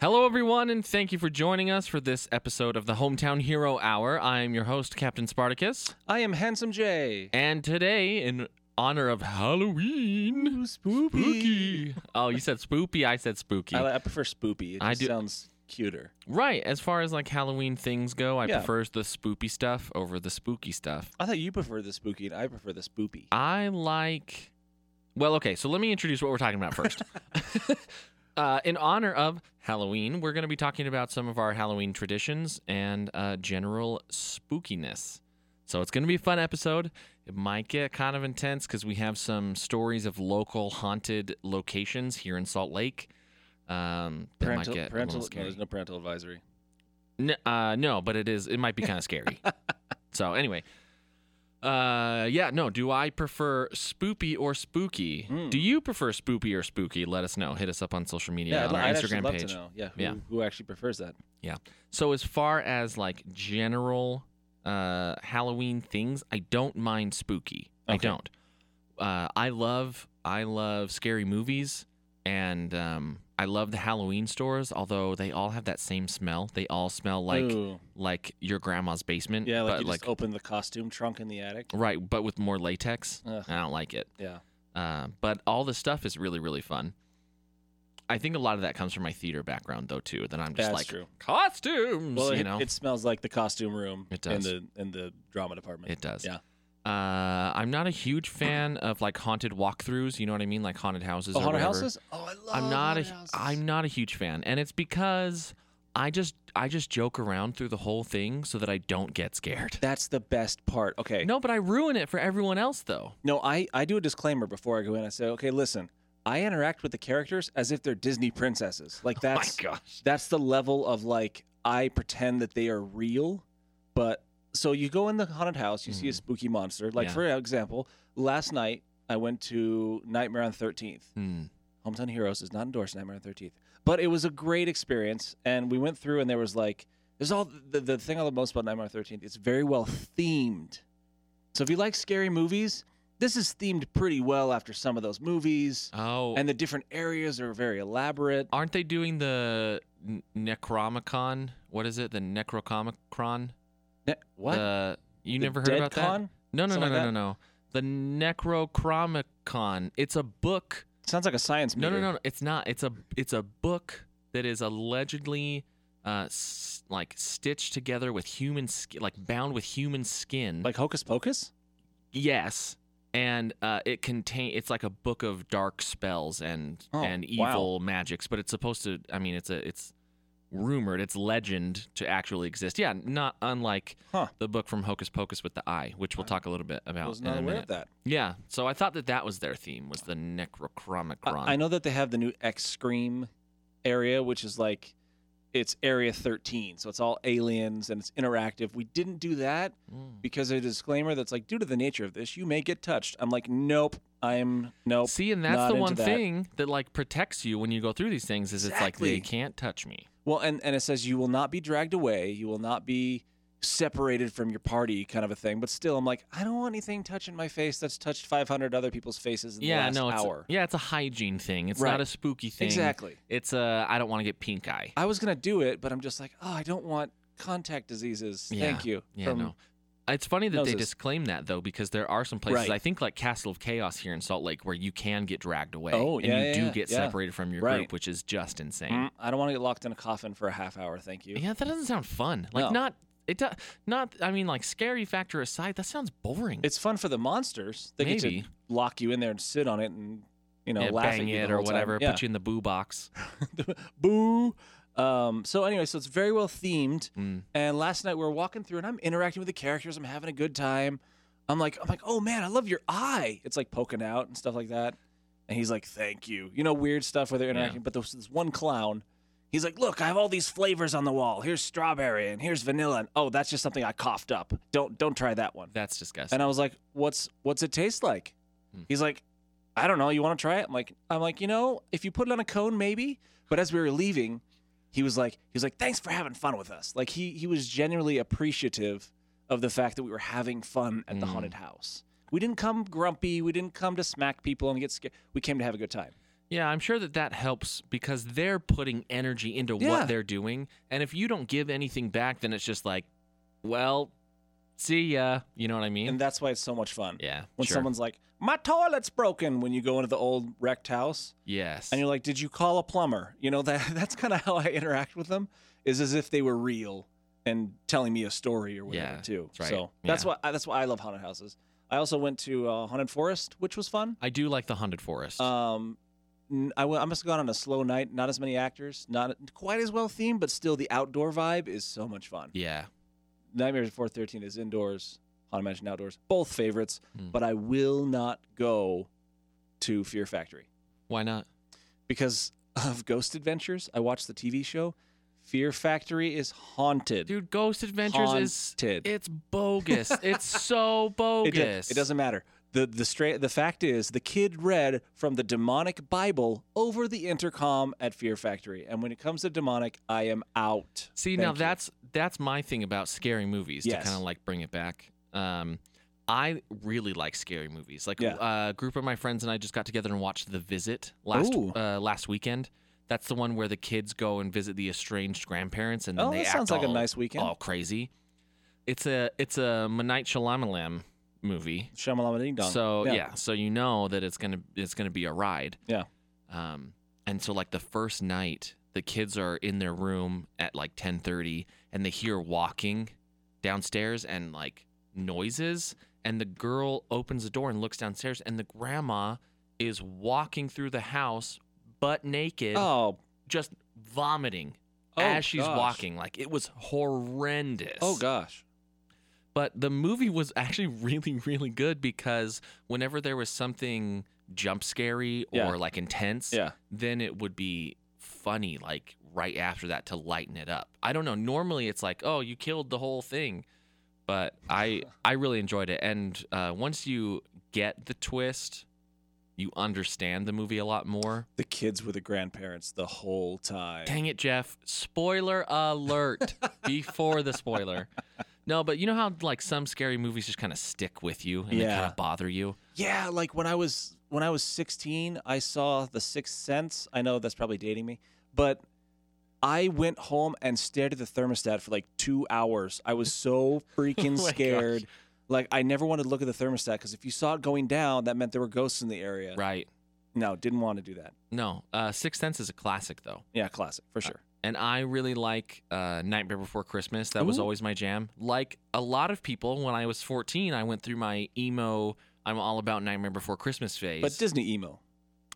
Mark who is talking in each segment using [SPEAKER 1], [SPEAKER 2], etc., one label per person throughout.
[SPEAKER 1] Hello, everyone, and thank you for joining us for this episode of the Hometown Hero Hour. I am your host, Captain Spartacus,
[SPEAKER 2] I am Handsome Jay.
[SPEAKER 1] and today, in honor of Halloween, spooky. Oh, you said spoopy. I said spooky.
[SPEAKER 2] I, li- I prefer spoopy. It
[SPEAKER 1] I
[SPEAKER 2] just
[SPEAKER 1] do-
[SPEAKER 2] sounds cuter.
[SPEAKER 1] right. As far as like Halloween things go, I
[SPEAKER 2] Yeah.
[SPEAKER 1] prefer the spoopy stuff over the spooky stuff.
[SPEAKER 2] I thought you prefer the spooky, and I prefer the spoopy.
[SPEAKER 1] I like. Well, okay, so let me introduce what we're talking about first. uh, in honor of Halloween, we're going to be talking about some of our Halloween traditions and uh, general spookiness. So it's going to be a fun episode. It might get kind of intense because we have some stories of local haunted locations here in Salt Lake. Um, that
[SPEAKER 2] Parental,
[SPEAKER 1] might get a little
[SPEAKER 2] parental no,
[SPEAKER 1] scary.
[SPEAKER 2] there's no parental advisory.
[SPEAKER 1] N- uh, no, but it is. It might be kind of scary. so anyway, uh, yeah, no. Do I prefer spoopy or spooky?
[SPEAKER 2] Hmm.
[SPEAKER 1] Do you prefer spoopy or spooky? Let us know. Hit us up on social media
[SPEAKER 2] Yeah, I'd,
[SPEAKER 1] on our
[SPEAKER 2] I'd actually
[SPEAKER 1] Instagram
[SPEAKER 2] love
[SPEAKER 1] page.
[SPEAKER 2] to know. Yeah who,
[SPEAKER 1] Yeah.
[SPEAKER 2] who actually prefers that?
[SPEAKER 1] So as far as like general uh, Halloween things, I don't mind spooky. I
[SPEAKER 2] Okay.
[SPEAKER 1] don't. Uh, I love I love scary movies, and um, I love the Halloween stores. Although they all have that same smell, they all smell like
[SPEAKER 2] Ooh.
[SPEAKER 1] like your grandma's basement.
[SPEAKER 2] yeah, like
[SPEAKER 1] but
[SPEAKER 2] you
[SPEAKER 1] like
[SPEAKER 2] just open the costume trunk in the attic.
[SPEAKER 1] right, but with more latex.
[SPEAKER 2] Ugh.
[SPEAKER 1] I don't like it.
[SPEAKER 2] Yeah,
[SPEAKER 1] Uh, but all the stuff is really really fun. I think a lot of that comes from my theater background though too. That I'm just
[SPEAKER 2] that's
[SPEAKER 1] like
[SPEAKER 2] true.
[SPEAKER 1] costumes,
[SPEAKER 2] Well,
[SPEAKER 1] you
[SPEAKER 2] it,
[SPEAKER 1] know.
[SPEAKER 2] it smells like the costume room
[SPEAKER 1] It
[SPEAKER 2] in
[SPEAKER 1] does.
[SPEAKER 2] the in the drama department.
[SPEAKER 1] It does.
[SPEAKER 2] Yeah.
[SPEAKER 1] Uh, I'm not a huge fan of like haunted walkthroughs. You know what I mean? Like haunted houses.
[SPEAKER 2] oh,
[SPEAKER 1] or
[SPEAKER 2] haunted
[SPEAKER 1] whatever.
[SPEAKER 2] houses? Oh, I love
[SPEAKER 1] I'm not a
[SPEAKER 2] haunted houses.
[SPEAKER 1] am not a huge fan, and it's because I just I just joke around through the whole thing so that I don't get scared.
[SPEAKER 2] That's the best part. Okay.
[SPEAKER 1] No, but I ruin it for everyone else though.
[SPEAKER 2] No, I, I do a disclaimer before I go in. I say, okay, listen, I interact with the characters as if they're Disney princesses. Like that's
[SPEAKER 1] Oh My gosh.
[SPEAKER 2] that's the level of like I pretend that they are real, but so you go in the haunted house, you see a
[SPEAKER 1] Mhm.
[SPEAKER 2] spooky monster. Like
[SPEAKER 1] Yeah.
[SPEAKER 2] for example, last night I went to Nightmare on Thirteenth.
[SPEAKER 1] Hmm.
[SPEAKER 2] Hometown Heroes does not endorse Nightmare on Thirteenth, but it was a great experience, and we went through, and there was like, there's all the, the thing I love most about Nightmare on Thirteenth. It's very well themed, so if you like scary movies, this is themed pretty well after some of those movies,
[SPEAKER 1] Oh,
[SPEAKER 2] and the different areas are very elaborate.
[SPEAKER 1] aren't they doing the n- Necromicon? What is it? The Necrocomicron?
[SPEAKER 2] Ne- what?
[SPEAKER 1] The, Uh, you
[SPEAKER 2] The
[SPEAKER 1] never heard about that?
[SPEAKER 2] Deadcon?
[SPEAKER 1] No, no, no,
[SPEAKER 2] Something
[SPEAKER 1] no,
[SPEAKER 2] like
[SPEAKER 1] no, no. The Necrocomicon. It's a book.
[SPEAKER 2] Sounds like a science.
[SPEAKER 1] No, no,
[SPEAKER 2] meter.
[SPEAKER 1] no, no. It's not. It's a it's a book that is allegedly uh s- like stitched together with human skin, like bound with human skin.
[SPEAKER 2] Like Hocus Pocus.
[SPEAKER 1] Yes, and uh, it contain it's like a book of dark spells and
[SPEAKER 2] Oh,
[SPEAKER 1] and
[SPEAKER 2] wow.
[SPEAKER 1] evil magics, but it's supposed to. I mean, it's a it's rumored, it's legend to actually exist. Yeah, not unlike
[SPEAKER 2] Huh.
[SPEAKER 1] the book from Hocus Pocus with the Eye, which we'll
[SPEAKER 2] I
[SPEAKER 1] talk a little bit about
[SPEAKER 2] I was
[SPEAKER 1] in
[SPEAKER 2] not
[SPEAKER 1] a
[SPEAKER 2] aware
[SPEAKER 1] minute.
[SPEAKER 2] of that.
[SPEAKER 1] Yeah, so I thought that that was their theme was the
[SPEAKER 2] I-
[SPEAKER 1] Necrochromicron.
[SPEAKER 2] I know that they have the new X Scream area, which is like it's Area 13, so it's all aliens and it's interactive. We didn't do that
[SPEAKER 1] Mm.
[SPEAKER 2] because a disclaimer that's like, due to the nature of this, you may get touched. I'm like, nope, I'm nope.
[SPEAKER 1] See, and that's
[SPEAKER 2] not
[SPEAKER 1] the
[SPEAKER 2] into
[SPEAKER 1] one
[SPEAKER 2] that.
[SPEAKER 1] thing that like protects you when you go through these things is it's like
[SPEAKER 2] Exactly.
[SPEAKER 1] they can't touch me.
[SPEAKER 2] Well, and and it says you will not be dragged away, you will not be separated from your party, kind of a thing. But still, I'm like, I don't want anything touching my face that's touched 500 other people's faces in
[SPEAKER 1] yeah,
[SPEAKER 2] the
[SPEAKER 1] no,
[SPEAKER 2] last
[SPEAKER 1] it's
[SPEAKER 2] hour.
[SPEAKER 1] yeah, it's a hygiene thing. It's
[SPEAKER 2] Right.
[SPEAKER 1] not a spooky thing.
[SPEAKER 2] exactly.
[SPEAKER 1] It's a I don't want to get pink eye.
[SPEAKER 2] I was gonna do it, but I'm just like, oh, I don't want contact diseases.
[SPEAKER 1] Yeah.
[SPEAKER 2] Thank you.
[SPEAKER 1] Yeah,
[SPEAKER 2] from-
[SPEAKER 1] no. It's funny that they
[SPEAKER 2] Noses.
[SPEAKER 1] disclaim that though, because there are some places
[SPEAKER 2] Right.
[SPEAKER 1] I think like Castle of Chaos here in Salt Lake where you can get dragged away.
[SPEAKER 2] Oh,
[SPEAKER 1] and
[SPEAKER 2] yeah,
[SPEAKER 1] you
[SPEAKER 2] yeah,
[SPEAKER 1] do
[SPEAKER 2] yeah,
[SPEAKER 1] get
[SPEAKER 2] yeah.
[SPEAKER 1] separated from your
[SPEAKER 2] Right.
[SPEAKER 1] group, which is just insane.
[SPEAKER 2] Mm, I don't want to get locked in a coffin for a half hour. Thank you.
[SPEAKER 1] Mm-hmm. Yeah, that doesn't sound fun. Like
[SPEAKER 2] No.
[SPEAKER 1] not it does not I mean like scary factor aside, that sounds boring.
[SPEAKER 2] It's fun for the monsters. They get
[SPEAKER 1] Maybe.
[SPEAKER 2] to lack you in there and sit on it and you know
[SPEAKER 1] yeah,
[SPEAKER 2] laugh at
[SPEAKER 1] bang
[SPEAKER 2] you the
[SPEAKER 1] it or
[SPEAKER 2] whole time.
[SPEAKER 1] whatever,
[SPEAKER 2] Yeah.
[SPEAKER 1] put you in the boo box.
[SPEAKER 2] Boo. Um, so anyway, so it's very well themed.
[SPEAKER 1] Mm.
[SPEAKER 2] And last night we were walking through, and I'm interacting with the characters. I'm having a good time. I'm like, I'm like, oh man, I love your eye. It's like poking out and stuff like that. And he's like, thank you. You know, weird stuff where they're interacting. But there was this one clown. He's like, look, I have all these flavors on the wall. Here's strawberry and here's vanilla. And, oh, that's just something I coughed up. Don't don't try that one.
[SPEAKER 1] That's disgusting.
[SPEAKER 2] And I was like, what's what's it taste like?
[SPEAKER 1] Hmm.
[SPEAKER 2] He's like, I don't know. You want to try it? I'm like, I'm like, you know, if you put it on a cone, maybe. But as we were leaving, he was like, he was like, thanks for having fun with us. Like he he was genuinely appreciative of the fact that we were having fun at the
[SPEAKER 1] Mm.
[SPEAKER 2] haunted house. We didn't come grumpy. We didn't come to smack people and get scared. We came to have a good time.
[SPEAKER 1] Yeah, I'm sure that that helps because they're putting energy into
[SPEAKER 2] Yeah.
[SPEAKER 1] what they're doing. And if you don't give anything back, then it's just like, well, see ya. You know what I mean?
[SPEAKER 2] And that's why it's so much fun.
[SPEAKER 1] Hmm. yeah.
[SPEAKER 2] When
[SPEAKER 1] sure.
[SPEAKER 2] someone's like, "My toilet's broken," when you go into the old wrecked house,
[SPEAKER 1] Yes.
[SPEAKER 2] and you're like, "Did you call a plumber?" You know that that's kind of how I interact with them, is as if they were real and telling me a story or whatever
[SPEAKER 1] Yeah,
[SPEAKER 2] too.
[SPEAKER 1] that's right.
[SPEAKER 2] So that's
[SPEAKER 1] Yeah.
[SPEAKER 2] why I, that's why I love haunted houses. I also went to uh, haunted forest, which was fun.
[SPEAKER 1] I do like the haunted forest.
[SPEAKER 2] Um, n- I, w- I must have gone on a slow night. Not as many actors, not quite as well themed, but still the outdoor vibe is so much fun.
[SPEAKER 1] yeah.
[SPEAKER 2] Nightmares Before 13 is indoors, Haunted Mansion outdoors, both favorites.
[SPEAKER 1] Mm.
[SPEAKER 2] But I will not go to Fear Factory
[SPEAKER 1] Why not?
[SPEAKER 2] because of Ghost Adventures. I watched the TV show. Fear Factory is haunted.
[SPEAKER 1] Dude, Ghost Adventures is
[SPEAKER 2] Haunted.
[SPEAKER 1] it's bogus. it's so
[SPEAKER 2] It do-
[SPEAKER 1] bogus.
[SPEAKER 2] It doesn't matter. The the straight the fact is the kid read from the demonic Bible over the intercom at Fear Factory. And when it comes to demonic, I am out.
[SPEAKER 1] See,
[SPEAKER 2] Thank
[SPEAKER 1] now
[SPEAKER 2] you.
[SPEAKER 1] that's that's my thing about scary movies
[SPEAKER 2] Yes.
[SPEAKER 1] to kind of like bring it back. Um, I really like scary movies. Like
[SPEAKER 2] Yeah.
[SPEAKER 1] uh, a group of my friends and I just got together and watched The Visit last
[SPEAKER 2] Ooh.
[SPEAKER 1] uh, last weekend. That's the one where the kids go and visit the estranged grandparents, and then
[SPEAKER 2] Oh,
[SPEAKER 1] they
[SPEAKER 2] that
[SPEAKER 1] act
[SPEAKER 2] sounds like a
[SPEAKER 1] all-
[SPEAKER 2] nice weekend.
[SPEAKER 1] all crazy. It's a it's a M. Night Shyamalan movie.
[SPEAKER 2] Shamalama ding dong.
[SPEAKER 1] So yeah. so you know that it's gonna it's gonna be a ride.
[SPEAKER 2] Yeah.
[SPEAKER 1] Um, and so like the first night, the kids are in their room at like ten thirty, and they hear walking downstairs and like noises, and the girl opens the door and looks downstairs, and the grandma is walking through the house butt naked,
[SPEAKER 2] Oh,
[SPEAKER 1] just vomiting
[SPEAKER 2] oh
[SPEAKER 1] as she's
[SPEAKER 2] gosh.
[SPEAKER 1] walking. Like it was horrendous.
[SPEAKER 2] Oh gosh.
[SPEAKER 1] But the movie was actually really, really good because whenever there was something jump scary or
[SPEAKER 2] Yeah.
[SPEAKER 1] like intense,
[SPEAKER 2] Yeah.
[SPEAKER 1] then it would be funny like right after that to lighten it up. I don't know. Normally it's like, oh, you killed the whole thing. But I I really enjoyed it. And uh, once you get the twist, you understand the movie a lot more.
[SPEAKER 2] The kids were the grandparents the whole time.
[SPEAKER 1] Dang it, Jeff. Spoiler alert before the spoiler. No, but you know how like some scary movies just kind of stick with you and they kind
[SPEAKER 2] Yeah.
[SPEAKER 1] of bother you?
[SPEAKER 2] Yeah, like when I was when I was 16, I saw The Sixth Sense. I know that's probably dating me, but I went home and stared at the thermostat for like 2 hours. I was so
[SPEAKER 1] Oh my
[SPEAKER 2] freaking
[SPEAKER 1] gosh.
[SPEAKER 2] scared. Like I never wanted to look at the thermostat cuz if you saw it going down, that meant there were ghosts in the area.
[SPEAKER 1] Right.
[SPEAKER 2] No, didn't want to do that.
[SPEAKER 1] No. Uh Sixth Sense is a classic though.
[SPEAKER 2] Yeah, classic, for sure.
[SPEAKER 1] And I really like uh, Nightmare Before Christmas. That was
[SPEAKER 2] Ooh.
[SPEAKER 1] always my jam. Like a lot of people, when I was 14, I went through my emo, I'm all about Nightmare Before Christmas phase.
[SPEAKER 2] But Disney emo.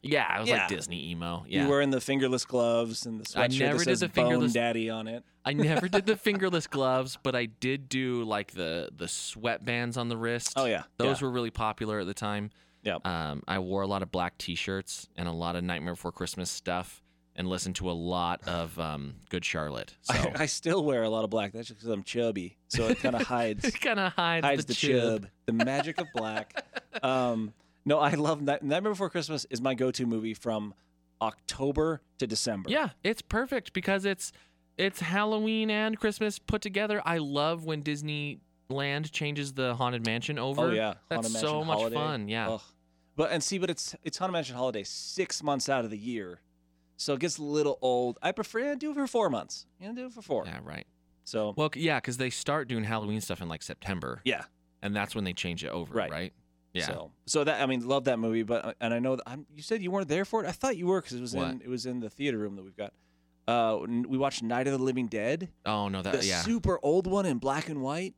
[SPEAKER 1] yeah, I was
[SPEAKER 2] Yeah.
[SPEAKER 1] like Disney emo. Yeah.
[SPEAKER 2] You were in the fingerless gloves and the sweatshirt
[SPEAKER 1] I never
[SPEAKER 2] that
[SPEAKER 1] did
[SPEAKER 2] says
[SPEAKER 1] the fingerless-
[SPEAKER 2] Bone Daddy on it.
[SPEAKER 1] I never did the fingerless gloves, but I did do like the the sweatbands on the wrist.
[SPEAKER 2] Oh yeah.
[SPEAKER 1] Those were really popular at the time.
[SPEAKER 2] Yep.
[SPEAKER 1] Um, I wore a lot of black T-shirts and a lot of Nightmare Before Christmas stuff, and listened to a lot of um, Good Charlotte. So
[SPEAKER 2] I, I still wear a lot of black. That's just because I'm chubby, so it kind of hides
[SPEAKER 1] it kind of hides,
[SPEAKER 2] hides
[SPEAKER 1] the,
[SPEAKER 2] the, chub. the magic of black. Um, no, I love Night- Nightmare Before Christmas is my go-to movie from October to December.
[SPEAKER 1] Yeah, it's perfect because it's it's Halloween and Christmas put together. I love when Disneyland changes the Haunted Mansion over.
[SPEAKER 2] Oh yeah,
[SPEAKER 1] that's
[SPEAKER 2] Haunted
[SPEAKER 1] so
[SPEAKER 2] Mansion
[SPEAKER 1] much
[SPEAKER 2] Holiday.
[SPEAKER 1] fun. Yeah,
[SPEAKER 2] Ugh. But and see, but it's it's Haunted Mansion Holiday six months out of the year, so it gets a little old. I prefer to do it for four months. You know, do it for four.
[SPEAKER 1] yeah, right.
[SPEAKER 2] So
[SPEAKER 1] Well, c- yeah, because they start doing Halloween stuff in like September.
[SPEAKER 2] Yeah.
[SPEAKER 1] and that's when they change it over.
[SPEAKER 2] Right.
[SPEAKER 1] Right. Yeah.
[SPEAKER 2] So, so that I mean, love that movie, but uh, and I know that I'm, you said you weren't there for it. I thought you were because it was in
[SPEAKER 1] What?
[SPEAKER 2] it was in the theater room that we've got. Uh, n- we watched Night of the Living Dead,
[SPEAKER 1] oh no,
[SPEAKER 2] the
[SPEAKER 1] that yeah.
[SPEAKER 2] super old one in black and white.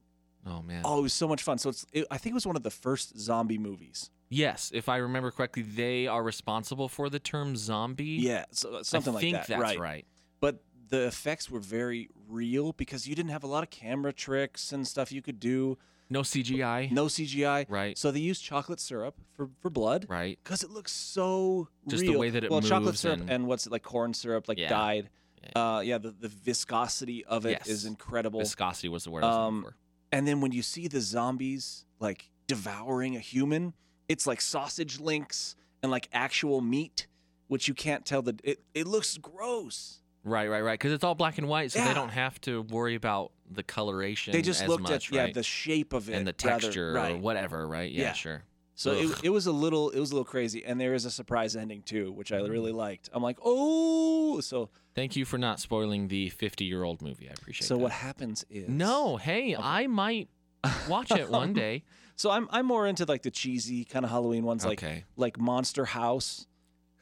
[SPEAKER 1] oh man.
[SPEAKER 2] Oh, it was so much fun. So it's it, I think it was one of the first zombie movies.
[SPEAKER 1] Yes, if I remember correctly, they are responsible for the term zombie.
[SPEAKER 2] Yeah, so uh, something
[SPEAKER 1] I think
[SPEAKER 2] like that.
[SPEAKER 1] That's
[SPEAKER 2] right.
[SPEAKER 1] right.
[SPEAKER 2] But the effects were very real because you didn't have a lot of camera tricks and stuff you could do.
[SPEAKER 1] No CGI.
[SPEAKER 2] No CGI.
[SPEAKER 1] Right.
[SPEAKER 2] So they used chocolate syrup for for blood.
[SPEAKER 1] Right.
[SPEAKER 2] because it looks so
[SPEAKER 1] Just the
[SPEAKER 2] real.
[SPEAKER 1] way that it
[SPEAKER 2] well, chocolate
[SPEAKER 1] moves
[SPEAKER 2] syrup and,
[SPEAKER 1] and-
[SPEAKER 2] what's it like corn syrup like
[SPEAKER 1] Yeah.
[SPEAKER 2] dyed.
[SPEAKER 1] Yeah.
[SPEAKER 2] Uh, yeah, the, the viscosity of it
[SPEAKER 1] Yes.
[SPEAKER 2] is incredible.
[SPEAKER 1] Viscosity was the word I was looking
[SPEAKER 2] Um,
[SPEAKER 1] for.
[SPEAKER 2] and then when you see the zombies like devouring a human, it's like sausage links and like actual meat, which you can't tell the it. It looks gross.
[SPEAKER 1] Right, right, right. Because it's all black and white, so
[SPEAKER 2] Yeah.
[SPEAKER 1] they don't have to worry about the coloration.
[SPEAKER 2] They just
[SPEAKER 1] as
[SPEAKER 2] looked
[SPEAKER 1] much,
[SPEAKER 2] at yeah
[SPEAKER 1] right?
[SPEAKER 2] the shape of it
[SPEAKER 1] and the
[SPEAKER 2] rather-
[SPEAKER 1] texture
[SPEAKER 2] right?
[SPEAKER 1] or whatever. Right. Yeah,
[SPEAKER 2] Yeah.
[SPEAKER 1] Sure.
[SPEAKER 2] So
[SPEAKER 1] Ugh.
[SPEAKER 2] it, it was a little it was a little crazy, and there is a surprise ending too, which
[SPEAKER 1] Mm.
[SPEAKER 2] I really liked. I'm like, oh, so
[SPEAKER 1] Thank you for not spoiling the 50 year old movie. I appreciate
[SPEAKER 2] so
[SPEAKER 1] that.
[SPEAKER 2] what happens is
[SPEAKER 1] No, hey, I might watch it one day.
[SPEAKER 2] So I'm I'm more into like the cheesy kind of Halloween ones, like
[SPEAKER 1] okay.
[SPEAKER 2] like Monster House.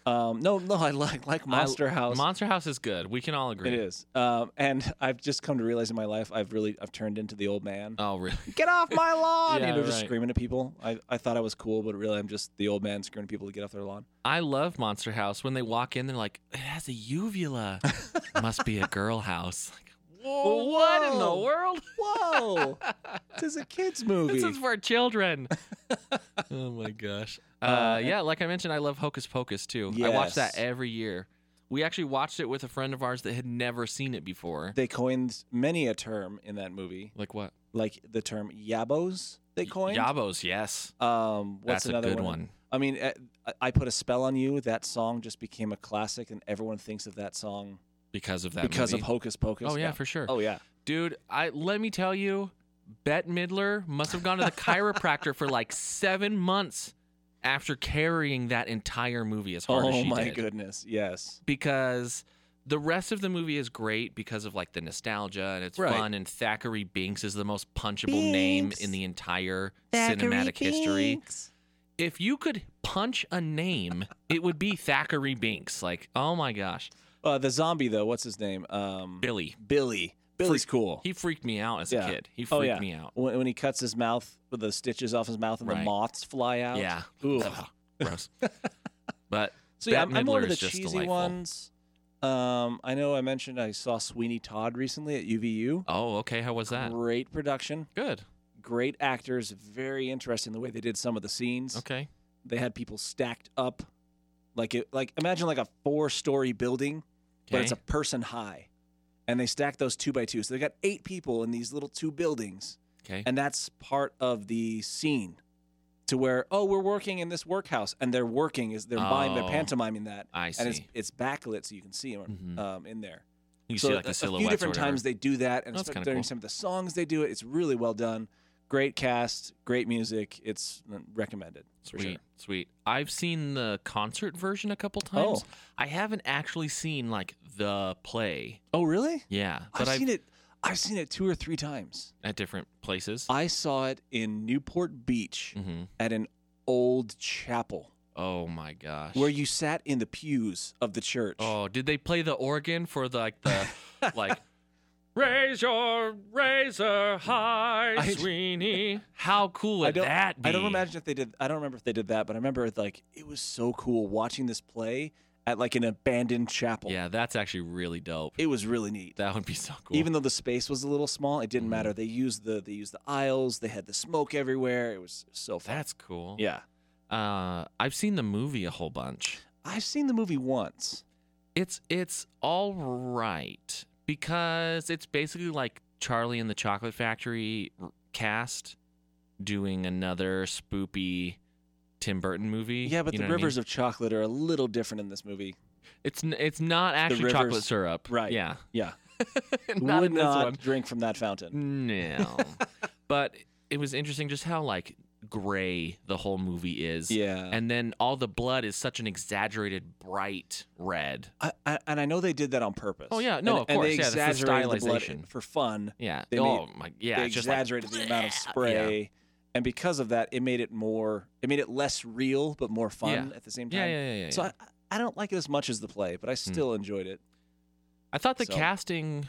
[SPEAKER 2] Um, no, no, I like like Monster House.
[SPEAKER 1] Monster House is good. We can all agree.
[SPEAKER 2] It is. Um, and I've just come to realize in my life, I've really I've turned into the old man.
[SPEAKER 1] Oh, really?
[SPEAKER 2] Get off my lawn!
[SPEAKER 1] Yeah,
[SPEAKER 2] you know, just
[SPEAKER 1] right.
[SPEAKER 2] screaming at people. I, I thought I was cool, but really I'm just the old man screaming at people to get off their lawn.
[SPEAKER 1] I love Monster House. When they walk in, they're like, it has a uvula. Must be a girl house. Like, whoa, what in the
[SPEAKER 2] whoa.
[SPEAKER 1] world?
[SPEAKER 2] Whoa! this is a kids movie.
[SPEAKER 1] This is for children. oh my gosh. Uh,
[SPEAKER 2] Uh,
[SPEAKER 1] yeah, like I mentioned, I love Hocus Pocus too. I watch that
[SPEAKER 2] Yes.
[SPEAKER 1] every year. We actually watched it with a friend of ours that had never seen it before.
[SPEAKER 2] they coined many a term in that movie,
[SPEAKER 1] Like what?
[SPEAKER 2] like the term yabos. They coined.
[SPEAKER 1] Yabos, yes.
[SPEAKER 2] Um, what's
[SPEAKER 1] That's
[SPEAKER 2] another
[SPEAKER 1] a good one.
[SPEAKER 2] I mean, eh, I- I put a spell on you. That song just became a classic, and everyone thinks of that song
[SPEAKER 1] because of that
[SPEAKER 2] because
[SPEAKER 1] movie.
[SPEAKER 2] of Hocus Pocus.
[SPEAKER 1] Oh yeah, for sure.
[SPEAKER 2] Oh yeah.
[SPEAKER 1] Dude, I let me tell you, Bette Midler must have gone to the chiropractor for like seven months after carrying that entire movie as hard as
[SPEAKER 2] Oh
[SPEAKER 1] she
[SPEAKER 2] my
[SPEAKER 1] did.
[SPEAKER 2] goodness. Yes.
[SPEAKER 1] Because the rest of the movie is great because of like the nostalgia and it's
[SPEAKER 2] Right.
[SPEAKER 1] fun and Thackeray Binks is the most punchable name
[SPEAKER 2] Binks.
[SPEAKER 1] in the entire cinematic history. If you could punch a name, it would be Thackeray Binks. Like, oh my gosh.
[SPEAKER 2] Uh, the zombie though, what's his name? Um,
[SPEAKER 1] Billy.
[SPEAKER 2] Billy. Billy's cool.
[SPEAKER 1] He freaked me out as a
[SPEAKER 2] Yeah.
[SPEAKER 1] kid. He
[SPEAKER 2] Oh,
[SPEAKER 1] freaked
[SPEAKER 2] yeah.
[SPEAKER 1] me out.
[SPEAKER 2] when, when he cuts his mouth with the stitches off his mouth and
[SPEAKER 1] Right.
[SPEAKER 2] the moths fly out.
[SPEAKER 1] Yeah.
[SPEAKER 2] Ooh.
[SPEAKER 1] Ugh, gross. but
[SPEAKER 2] So yeah, I'm,
[SPEAKER 1] Bette
[SPEAKER 2] I'm more
[SPEAKER 1] Midler
[SPEAKER 2] of the
[SPEAKER 1] is just
[SPEAKER 2] cheesy
[SPEAKER 1] delightful.
[SPEAKER 2] ones. Um, I know I mentioned I saw Sweeney Todd recently at UVU.
[SPEAKER 1] oh, okay. How was that?
[SPEAKER 2] Great production,
[SPEAKER 1] Good.
[SPEAKER 2] great actors, very interesting the way they did some of the scenes.
[SPEAKER 1] Okay.
[SPEAKER 2] They had people stacked up, like it, like imagine like a four-story building, but it's a
[SPEAKER 1] Okay.
[SPEAKER 2] person high, and they stacked those two by two. So they got eight people in these little two buildings,
[SPEAKER 1] okay.
[SPEAKER 2] and that's part of the scene, to where oh we're working in this workhouse, and they're working is they're mime- they're
[SPEAKER 1] Oh.
[SPEAKER 2] pantomiming that
[SPEAKER 1] I see.
[SPEAKER 2] and it's it's backlit so you can see them
[SPEAKER 1] Mhm.
[SPEAKER 2] um, in there.
[SPEAKER 1] you
[SPEAKER 2] so
[SPEAKER 1] see like
[SPEAKER 2] a,
[SPEAKER 1] the
[SPEAKER 2] a
[SPEAKER 1] silhouettes
[SPEAKER 2] few
[SPEAKER 1] or
[SPEAKER 2] different
[SPEAKER 1] whatever.
[SPEAKER 2] times they do that, and
[SPEAKER 1] That's
[SPEAKER 2] sp-
[SPEAKER 1] kinda
[SPEAKER 2] during
[SPEAKER 1] cool.
[SPEAKER 2] some of the songs they do it. It's really well done. Great cast, great music. It's mm, recommended. for
[SPEAKER 1] Sweet,
[SPEAKER 2] sure.
[SPEAKER 1] sweet. I've seen the concert version a couple times.
[SPEAKER 2] Oh.
[SPEAKER 1] I haven't actually seen like the play.
[SPEAKER 2] Oh really?
[SPEAKER 1] Yeah, but
[SPEAKER 2] I've,
[SPEAKER 1] I've,
[SPEAKER 2] seen it. I've seen it two or three times.
[SPEAKER 1] at different places.
[SPEAKER 2] I saw it in Newport Beach
[SPEAKER 1] hmm
[SPEAKER 2] at an old chapel
[SPEAKER 1] Oh my gosh.
[SPEAKER 2] where you sat in the pews of the church.
[SPEAKER 1] Oh, did they play the organ for like the like? Raise your razor high,
[SPEAKER 2] I-
[SPEAKER 1] Sweeney. How cool would
[SPEAKER 2] I don't,
[SPEAKER 1] that be?
[SPEAKER 2] I don't imagine if they did. I don't remember if they did that, but I remember like it was so cool watching this play at like an abandoned chapel.
[SPEAKER 1] Yeah, that's actually really dope.
[SPEAKER 2] it was really neat.
[SPEAKER 1] that would be so cool.
[SPEAKER 2] Even though the space was a little small, it didn't
[SPEAKER 1] Mhm.
[SPEAKER 2] matter. They used the they used the aisles. They had the smoke everywhere. It was so fun.
[SPEAKER 1] that's cool.
[SPEAKER 2] yeah.
[SPEAKER 1] Uh, I've seen the movie a whole bunch.
[SPEAKER 2] I've seen the movie once.
[SPEAKER 1] It's it's all right because it's basically like Charlie and the Chocolate Factory r- cast doing another spoopy Tim Burton movie.
[SPEAKER 2] Yeah, but
[SPEAKER 1] You
[SPEAKER 2] the
[SPEAKER 1] know what I mean?
[SPEAKER 2] rivers of chocolate are a little different in this movie.
[SPEAKER 1] It's n- it's not actually
[SPEAKER 2] rivers-
[SPEAKER 1] chocolate syrup.
[SPEAKER 2] right.
[SPEAKER 1] Yeah.
[SPEAKER 2] Yeah.
[SPEAKER 1] not
[SPEAKER 2] Would
[SPEAKER 1] in this
[SPEAKER 2] not
[SPEAKER 1] one.
[SPEAKER 2] drink from that fountain.
[SPEAKER 1] No. but it was interesting just how like gray the whole movie is.
[SPEAKER 2] Yeah.
[SPEAKER 1] And then all the blood is such an exaggerated bright red.
[SPEAKER 2] I, I, and I know they did that on purpose.
[SPEAKER 1] Oh, yeah. No,
[SPEAKER 2] and,
[SPEAKER 1] of
[SPEAKER 2] and they
[SPEAKER 1] course. Yeah, that's the
[SPEAKER 2] exaggerated the blood
[SPEAKER 1] stylization.
[SPEAKER 2] for fun.
[SPEAKER 1] Yeah.
[SPEAKER 2] They
[SPEAKER 1] oh my yeah.
[SPEAKER 2] they
[SPEAKER 1] it's just like,
[SPEAKER 2] exaggerated the amount of
[SPEAKER 1] "Bleh." Yeah.
[SPEAKER 2] spray, and because of that, it made it more. It made it less real, but more fun at the same time.
[SPEAKER 1] Yeah, yeah, yeah. yeah,
[SPEAKER 2] So
[SPEAKER 1] yeah. Hmm.
[SPEAKER 2] I, I don't like it as much as the play, but I still enjoyed it.
[SPEAKER 1] I thought the
[SPEAKER 2] So-
[SPEAKER 1] casting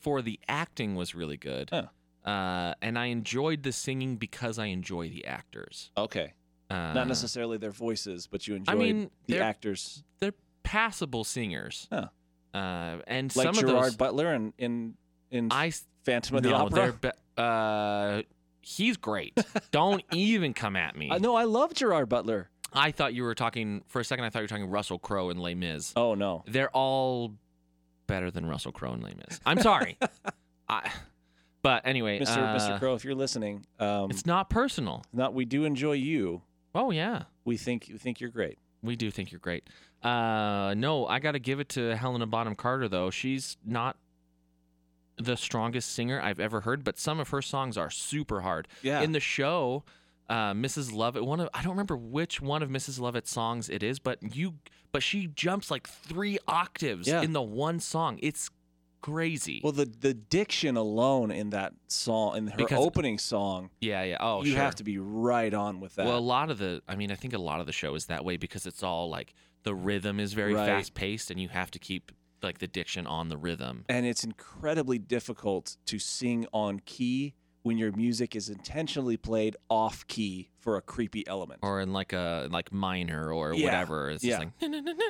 [SPEAKER 1] for the acting was really good.
[SPEAKER 2] Huh.
[SPEAKER 1] Uh, and I enjoyed the singing because I enjoy the actors.
[SPEAKER 2] Okay.
[SPEAKER 1] Uh,
[SPEAKER 2] Not necessarily their voices, but you enjoyed
[SPEAKER 1] I mean,
[SPEAKER 2] the
[SPEAKER 1] they're
[SPEAKER 2] actors
[SPEAKER 1] they're passable singers.
[SPEAKER 2] Huh.
[SPEAKER 1] Uh, and
[SPEAKER 2] like
[SPEAKER 1] some
[SPEAKER 2] Gerard
[SPEAKER 1] of those,
[SPEAKER 2] Butler in in, in
[SPEAKER 1] I s-
[SPEAKER 2] Phantom
[SPEAKER 1] no,
[SPEAKER 2] of the
[SPEAKER 1] they're
[SPEAKER 2] Opera.
[SPEAKER 1] be- uh, he's great. Don't even come at me.
[SPEAKER 2] Uh, no, I love Gerard Butler.
[SPEAKER 1] I thought you were talking for a second. I thought you were talking Russell Crowe and Les Mis.
[SPEAKER 2] Oh no.
[SPEAKER 1] they're all better than Russell Crowe and Lame is. I'm sorry. I, but anyway,
[SPEAKER 2] Mr.
[SPEAKER 1] uh,
[SPEAKER 2] Mr. Crow, if you're listening, um,
[SPEAKER 1] it's not personal.
[SPEAKER 2] not we do enjoy you.
[SPEAKER 1] Oh yeah,
[SPEAKER 2] We think we think you're great.
[SPEAKER 1] we do think you're great. Uh, no, I got to give it to Helena Bonham Carter though. She's not the strongest singer I've ever heard, but some of her songs are super hard.
[SPEAKER 2] Yeah.
[SPEAKER 1] In the show, uh, Mrs. Lovett. One of I don't remember which one of Mrs. Lovett's songs it is, but you but she jumps like three octaves
[SPEAKER 2] Yeah.
[SPEAKER 1] in the one song. It's crazy.
[SPEAKER 2] Well, the the diction alone in that song, in her
[SPEAKER 1] Because-
[SPEAKER 2] opening song,
[SPEAKER 1] yeah, yeah. Oh,
[SPEAKER 2] you
[SPEAKER 1] sure.
[SPEAKER 2] have to be right on with that.
[SPEAKER 1] Well, a lot of the, I mean, I think a lot of the show is that way because it's all like the rhythm is very
[SPEAKER 2] Right.
[SPEAKER 1] fast paced and you have to keep like the diction on the rhythm.
[SPEAKER 2] and it's incredibly difficult to sing on key when your music is intentionally played off key for a creepy element.
[SPEAKER 1] Or in like a like minor or
[SPEAKER 2] Yeah,
[SPEAKER 1] whatever, it's
[SPEAKER 2] yeah.
[SPEAKER 1] just like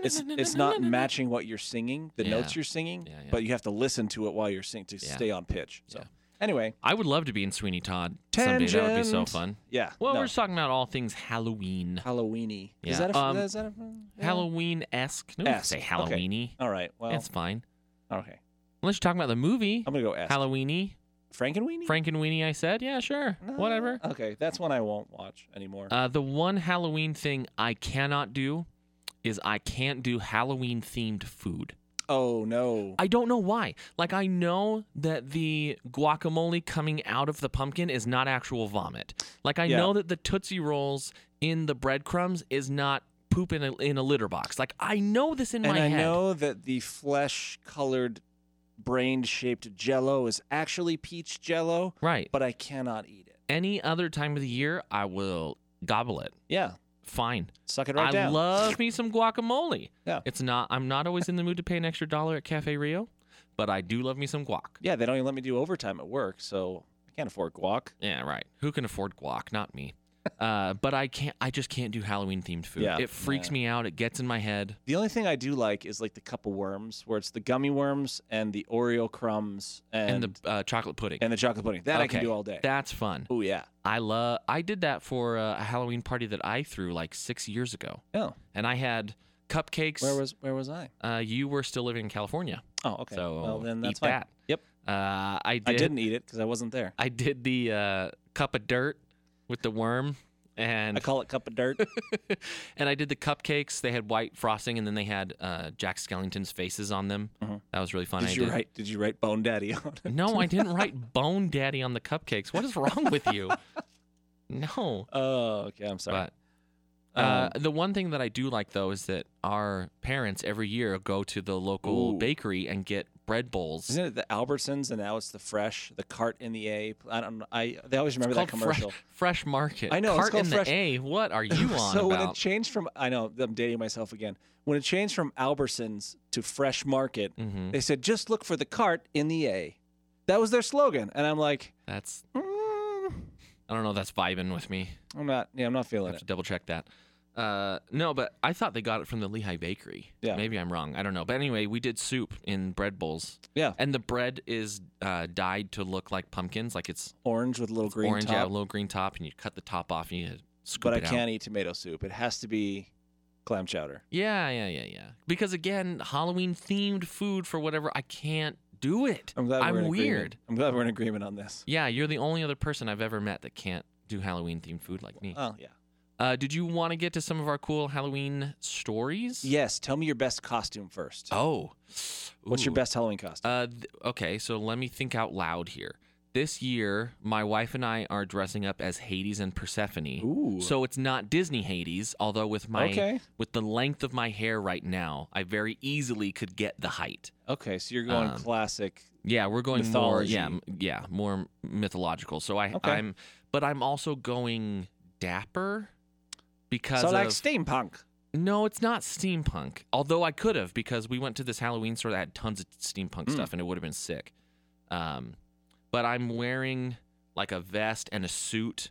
[SPEAKER 2] it's it's not matching what you're singing, the
[SPEAKER 1] Yeah.
[SPEAKER 2] notes you're singing,
[SPEAKER 1] Yeah, yeah.
[SPEAKER 2] but you have to listen to it while you're singing to
[SPEAKER 1] Yeah.
[SPEAKER 2] stay on pitch. So
[SPEAKER 1] Yeah.
[SPEAKER 2] anyway,
[SPEAKER 1] I would love to be in Sweeney Todd someday. That would be so
[SPEAKER 2] Tangent.
[SPEAKER 1] fun.
[SPEAKER 2] yeah.
[SPEAKER 1] Well,
[SPEAKER 2] no.
[SPEAKER 1] we're just talking about all things Halloween,
[SPEAKER 2] Halloweeny.
[SPEAKER 1] Yeah.
[SPEAKER 2] Is that a
[SPEAKER 1] Um,
[SPEAKER 2] is that a yeah.
[SPEAKER 1] Halloween esque. No, we can say
[SPEAKER 2] Esque, okay.
[SPEAKER 1] Halloweeny.
[SPEAKER 2] All right. Well,
[SPEAKER 1] It's fine.
[SPEAKER 2] okay.
[SPEAKER 1] Unless you're talking about the movie
[SPEAKER 2] I'm gonna go ask
[SPEAKER 1] Halloweeny,
[SPEAKER 2] Frankenweenie.
[SPEAKER 1] Frank and Weenie. I said, yeah, sure,
[SPEAKER 2] No,
[SPEAKER 1] whatever.
[SPEAKER 2] Okay, that's one I won't watch anymore.
[SPEAKER 1] Uh, the one Halloween thing I cannot do is I can't do Halloween themed food.
[SPEAKER 2] oh no.
[SPEAKER 1] I don't know why. Like I know that the guacamole coming out of the pumpkin is not actual vomit. Like I
[SPEAKER 2] Yeah.
[SPEAKER 1] know that the tootsie rolls in the breadcrumbs is not poop in a, in a litter box. Like I know this in
[SPEAKER 2] and
[SPEAKER 1] my
[SPEAKER 2] I
[SPEAKER 1] head.
[SPEAKER 2] know that the flesh-colored, brain-shaped Jello is actually peach Jello,
[SPEAKER 1] Right.
[SPEAKER 2] but I cannot eat it.
[SPEAKER 1] Any other time of the year, I will gobble it.
[SPEAKER 2] Yeah,
[SPEAKER 1] Fine.
[SPEAKER 2] suck it right
[SPEAKER 1] I
[SPEAKER 2] down.
[SPEAKER 1] love me some guacamole.
[SPEAKER 2] Yeah.
[SPEAKER 1] It's not. I'm not always in the mood to pay an extra dollar at Cafe Rio, but I do love me some guac.
[SPEAKER 2] yeah, they don't even let me do overtime at work, so I can't afford guac.
[SPEAKER 1] Yeah, right. Who can afford guac? Not me. Uh, but I can't. I just can't do Halloween themed food.
[SPEAKER 2] Yeah,
[SPEAKER 1] it freaks
[SPEAKER 2] yeah.
[SPEAKER 1] me out. It gets in my head.
[SPEAKER 2] The only thing I do like is like the cup of worms, where it's the gummy worms and the Oreo crumbs and,
[SPEAKER 1] And, the uh, chocolate pudding.
[SPEAKER 2] and the chocolate pudding. That I can
[SPEAKER 1] Okay,
[SPEAKER 2] do all day.
[SPEAKER 1] That's fun.
[SPEAKER 2] oh yeah.
[SPEAKER 1] I love. I did that for uh, a Halloween party that I threw like six years ago,
[SPEAKER 2] Oh,
[SPEAKER 1] and I had cupcakes.
[SPEAKER 2] where was where was I?
[SPEAKER 1] uh, you were still living in California,
[SPEAKER 2] Oh, okay.
[SPEAKER 1] so
[SPEAKER 2] well then
[SPEAKER 1] eat
[SPEAKER 2] that's fine.
[SPEAKER 1] that.
[SPEAKER 2] Yep.
[SPEAKER 1] Uh, I did.
[SPEAKER 2] I didn't eat it because I wasn't there.
[SPEAKER 1] I did the uh, cup of dirt with the worm, and
[SPEAKER 2] I call it cup of dirt.
[SPEAKER 1] and I did the cupcakes. They had white frosting, and then they had uh, Jack Skellington's faces on them.
[SPEAKER 2] Mhm.
[SPEAKER 1] That was really fun. I
[SPEAKER 2] did you
[SPEAKER 1] did.
[SPEAKER 2] write? Did you write Bone Daddy on it?
[SPEAKER 1] No, I didn't write Bone Daddy on the cupcakes. What is wrong with you? No.
[SPEAKER 2] Oh, okay. I'm sorry. Um,
[SPEAKER 1] But uh, the one thing that I do like though is that our parents every year go to the local
[SPEAKER 2] Ooh.
[SPEAKER 1] bakery and get bread bowls.
[SPEAKER 2] Isn't it the Albertsons and now it's the Fresh, the cart in the A? I don't. know. I they always remember that
[SPEAKER 1] Called Fresh-
[SPEAKER 2] commercial.
[SPEAKER 1] Fresh, Market.
[SPEAKER 2] I know, it's
[SPEAKER 1] Cart
[SPEAKER 2] called
[SPEAKER 1] in
[SPEAKER 2] Fresh-
[SPEAKER 1] the A. What are you on
[SPEAKER 2] so when it
[SPEAKER 1] about?
[SPEAKER 2] changed from, I know I'm dating myself again. When it changed from Albertsons to Fresh Market,
[SPEAKER 1] hmm
[SPEAKER 2] they said just look for the cart in the A. That was their slogan, and I'm like,
[SPEAKER 1] That's
[SPEAKER 2] mm,
[SPEAKER 1] I don't know. That's vibing with me.
[SPEAKER 2] I'm not. Yeah, I'm not
[SPEAKER 1] I
[SPEAKER 2] feeling
[SPEAKER 1] have
[SPEAKER 2] it.
[SPEAKER 1] to double check that. Uh, no, but I thought they got it from the Lehigh Bakery.
[SPEAKER 2] Yeah.
[SPEAKER 1] Maybe I'm wrong. I don't know. But anyway, we did soup in bread bowls.
[SPEAKER 2] Yeah.
[SPEAKER 1] And the bread is uh, dyed to look like pumpkins, like it's
[SPEAKER 2] Orange with a little green
[SPEAKER 1] orange,
[SPEAKER 2] top.
[SPEAKER 1] yeah, a little green top, and you cut the top off and you scoop
[SPEAKER 2] but I
[SPEAKER 1] it out.
[SPEAKER 2] can't eat tomato soup. It has to be clam chowder.
[SPEAKER 1] Yeah, yeah, yeah, yeah. Because again, Halloween themed food for whatever, I can't do it.
[SPEAKER 2] I'm glad we're in agreement.
[SPEAKER 1] weird.
[SPEAKER 2] I'm glad we're in agreement on this.
[SPEAKER 1] Yeah, you're the only other person I've ever met that can't do Halloween themed food like me.
[SPEAKER 2] Oh yeah.
[SPEAKER 1] Uh, did you want to get to some of our cool Halloween stories?
[SPEAKER 2] Yes. Tell me your best costume first.
[SPEAKER 1] Oh.
[SPEAKER 2] What's your
[SPEAKER 1] Ooh.
[SPEAKER 2] best Halloween costume?
[SPEAKER 1] Uh, th- okay, so let me think out loud here. This year, my wife and I are dressing up as Hades and Persephone.
[SPEAKER 2] Ooh.
[SPEAKER 1] So it's not Disney Hades, although with my
[SPEAKER 2] okay.
[SPEAKER 1] with the length of my hair right now, I very easily could get the height.
[SPEAKER 2] Okay. So you're going
[SPEAKER 1] um,
[SPEAKER 2] classic.
[SPEAKER 1] Yeah, we're going
[SPEAKER 2] Mythology.
[SPEAKER 1] more yeah, m- yeah, more mythological. So I
[SPEAKER 2] Okay.
[SPEAKER 1] I'm but I'm also going dapper because
[SPEAKER 2] So like
[SPEAKER 1] of-
[SPEAKER 2] steampunk.
[SPEAKER 1] no, it's not steampunk. Although I could have because we went to this Halloween store that had tons of steampunk
[SPEAKER 2] Mm.
[SPEAKER 1] stuff and it would have been sick. Um, but I'm wearing like a vest and a suit.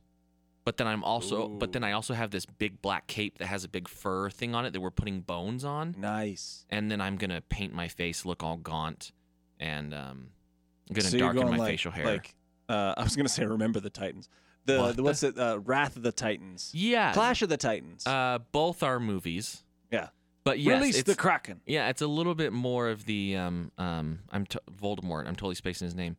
[SPEAKER 1] But then I'm also
[SPEAKER 2] Ooh.
[SPEAKER 1] but then I also have this big black cape that has a big fur thing on it that we're putting bones on.
[SPEAKER 2] Nice.
[SPEAKER 1] And then I'm gonna paint my face look all gaunt and um I'm gonna
[SPEAKER 2] so you're
[SPEAKER 1] darken
[SPEAKER 2] going
[SPEAKER 1] my
[SPEAKER 2] like,
[SPEAKER 1] facial hair.
[SPEAKER 2] Like uh, I was gonna say, remember the Titans. The,
[SPEAKER 1] What
[SPEAKER 2] the what's it? Uh, Wrath of the Titans.
[SPEAKER 1] yeah.
[SPEAKER 2] Clash of the Titans.
[SPEAKER 1] Uh both are movies.
[SPEAKER 2] Yeah.
[SPEAKER 1] But yes,
[SPEAKER 2] Release
[SPEAKER 1] it's,
[SPEAKER 2] the Kraken.
[SPEAKER 1] Yeah, it's a little bit more of the um um I'm t- Voldemort. I'm totally spacing his name.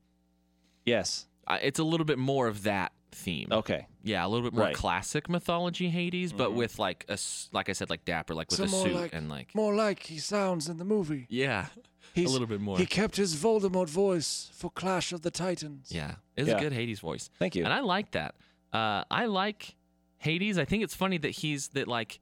[SPEAKER 2] Yes.
[SPEAKER 1] Uh, it's a little bit more of that theme.
[SPEAKER 2] Okay.
[SPEAKER 1] Yeah, a little bit more
[SPEAKER 2] Oh, Right.
[SPEAKER 1] classic mythology Hades, but
[SPEAKER 2] Mhm.
[SPEAKER 1] with like a s- like I said like dapper, like with
[SPEAKER 2] So
[SPEAKER 1] a
[SPEAKER 2] more
[SPEAKER 1] suit
[SPEAKER 2] like-
[SPEAKER 1] and like
[SPEAKER 2] More like he sounds in the movie.
[SPEAKER 1] yeah,
[SPEAKER 2] He's,
[SPEAKER 1] a little bit more.
[SPEAKER 2] He kept his Voldemort voice for Clash of the Titans.
[SPEAKER 1] yeah, it's
[SPEAKER 2] Yeah.
[SPEAKER 1] a good Hades voice,
[SPEAKER 2] Thank you.
[SPEAKER 1] and I like that. Uh, I like Hades, I think it's funny that he's that like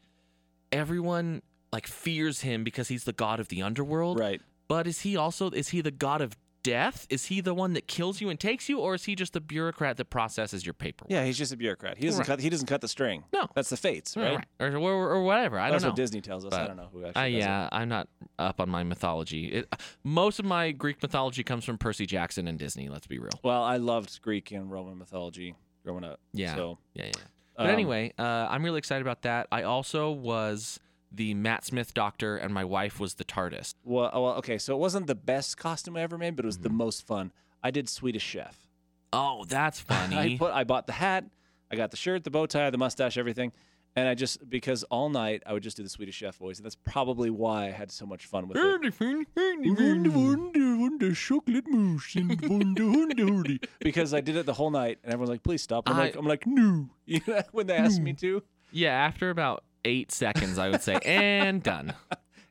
[SPEAKER 1] everyone like fears him because he's the god of the underworld.
[SPEAKER 2] Right.
[SPEAKER 1] But is he also is he the god of death? Is he the one that kills you and takes you, or is he just the bureaucrat that processes your paperwork?
[SPEAKER 2] Yeah, he's just a bureaucrat. He doesn't
[SPEAKER 1] Right.
[SPEAKER 2] cut. He doesn't cut the string.
[SPEAKER 1] No.
[SPEAKER 2] that's the fates, right?
[SPEAKER 1] Right. Or, or, or whatever. I
[SPEAKER 2] that's
[SPEAKER 1] don't know.
[SPEAKER 2] what Disney tells us. I
[SPEAKER 1] But-
[SPEAKER 2] don't know who
[SPEAKER 1] Uh,
[SPEAKER 2] actually. does it.
[SPEAKER 1] yeah, I'm not up on my mythology. It, most of my Greek mythology comes from Percy Jackson and Disney. Let's be real.
[SPEAKER 2] Well, I loved Greek and Roman mythology growing up.
[SPEAKER 1] Yeah,
[SPEAKER 2] So,
[SPEAKER 1] yeah, yeah. But
[SPEAKER 2] um,
[SPEAKER 1] anyway, uh, I'm really excited about that. I also was the Matt Smith doctor, and my wife was the TARDIS.
[SPEAKER 2] Well, oh, well, okay. So it wasn't the best costume I ever made, but it was
[SPEAKER 1] Mm-hmm.
[SPEAKER 2] the most fun. I did Swedish Chef.
[SPEAKER 1] Oh, that's funny.
[SPEAKER 2] I put. I bought the hat. I got the shirt, the bow tie, the mustache, everything. And I just because all night I would just do the Swedish Chef voice, and that's probably why I had so much fun with it. because I did it the whole night, and everyone's like, "Please stop!" I'm
[SPEAKER 1] I-
[SPEAKER 2] like, "I'm like, no." You know, when they asked me to,
[SPEAKER 1] yeah, after about eight seconds, I would say, and done.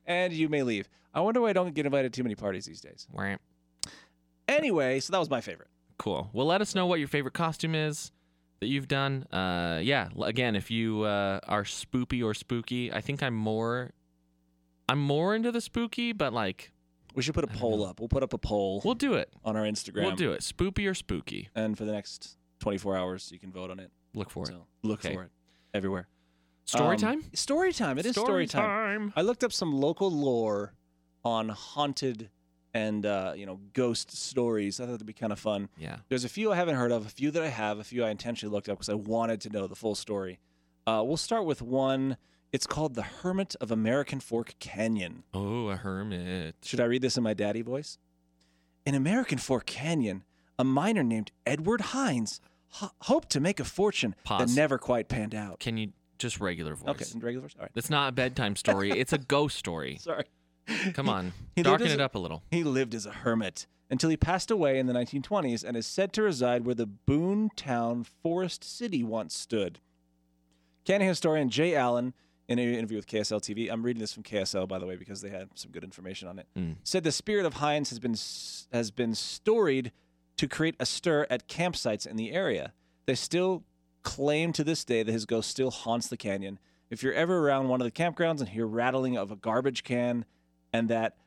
[SPEAKER 2] and you may leave. I wonder why I don't get invited to too many parties these days.
[SPEAKER 1] Wah.
[SPEAKER 2] Anyway, so that was my favorite.
[SPEAKER 1] Cool. Well, let us know what your favorite costume is that you've done. Uh, yeah. l- Again, if you uh, are spoopy or spooky, I think I'm more, I'm more into the spooky, but like
[SPEAKER 2] We should put a
[SPEAKER 1] I don't
[SPEAKER 2] poll
[SPEAKER 1] know.
[SPEAKER 2] up. We'll put up a poll
[SPEAKER 1] we'll do it.
[SPEAKER 2] on our Instagram.
[SPEAKER 1] We'll do it. Spoopy or spooky.
[SPEAKER 2] And for the next 24 hours, you can vote on it.
[SPEAKER 1] Look for it.
[SPEAKER 2] So look
[SPEAKER 1] Okay.
[SPEAKER 2] for it everywhere.
[SPEAKER 1] Story
[SPEAKER 2] Um,
[SPEAKER 1] time.
[SPEAKER 2] Story time. It is story, time. I looked up some local lore on haunted and uh, you know ghost stories. I thought that'd be kind of fun.
[SPEAKER 1] Yeah.
[SPEAKER 2] There's a few I haven't heard of, a few that I have, a few I intentionally looked up because I wanted to know the full story. Uh, we'll start with one. It's called the Hermit of American Fork Canyon.
[SPEAKER 1] Oh, a hermit.
[SPEAKER 2] Should I read this in my daddy voice? In American Fork Canyon, a miner named Edward Hines ho- hoped to make a fortune
[SPEAKER 1] Pause.
[SPEAKER 2] that never quite panned out.
[SPEAKER 1] Can you just regular voice?
[SPEAKER 2] Okay, in regular voice. All right.
[SPEAKER 1] That's not a bedtime story. it's a ghost story.
[SPEAKER 2] Sorry.
[SPEAKER 1] Come on,
[SPEAKER 2] he lived
[SPEAKER 1] darken
[SPEAKER 2] as
[SPEAKER 1] it
[SPEAKER 2] a-
[SPEAKER 1] up a little.
[SPEAKER 2] He lived as a hermit until he passed away in the 1920s and is said to reside where the Boontown Forest City once stood. Canada historian Jay Allen, in an interview with KSL TV, I'm reading this from KSL by the way because they had some good information on it,
[SPEAKER 1] Mm.
[SPEAKER 2] said the spirit of Heinz has been s- has been storied to create a stir at campsites in the area. They still claim to this day that his ghost still haunts the canyon. If you're ever around one of the campgrounds and hear rattling of a garbage can, and that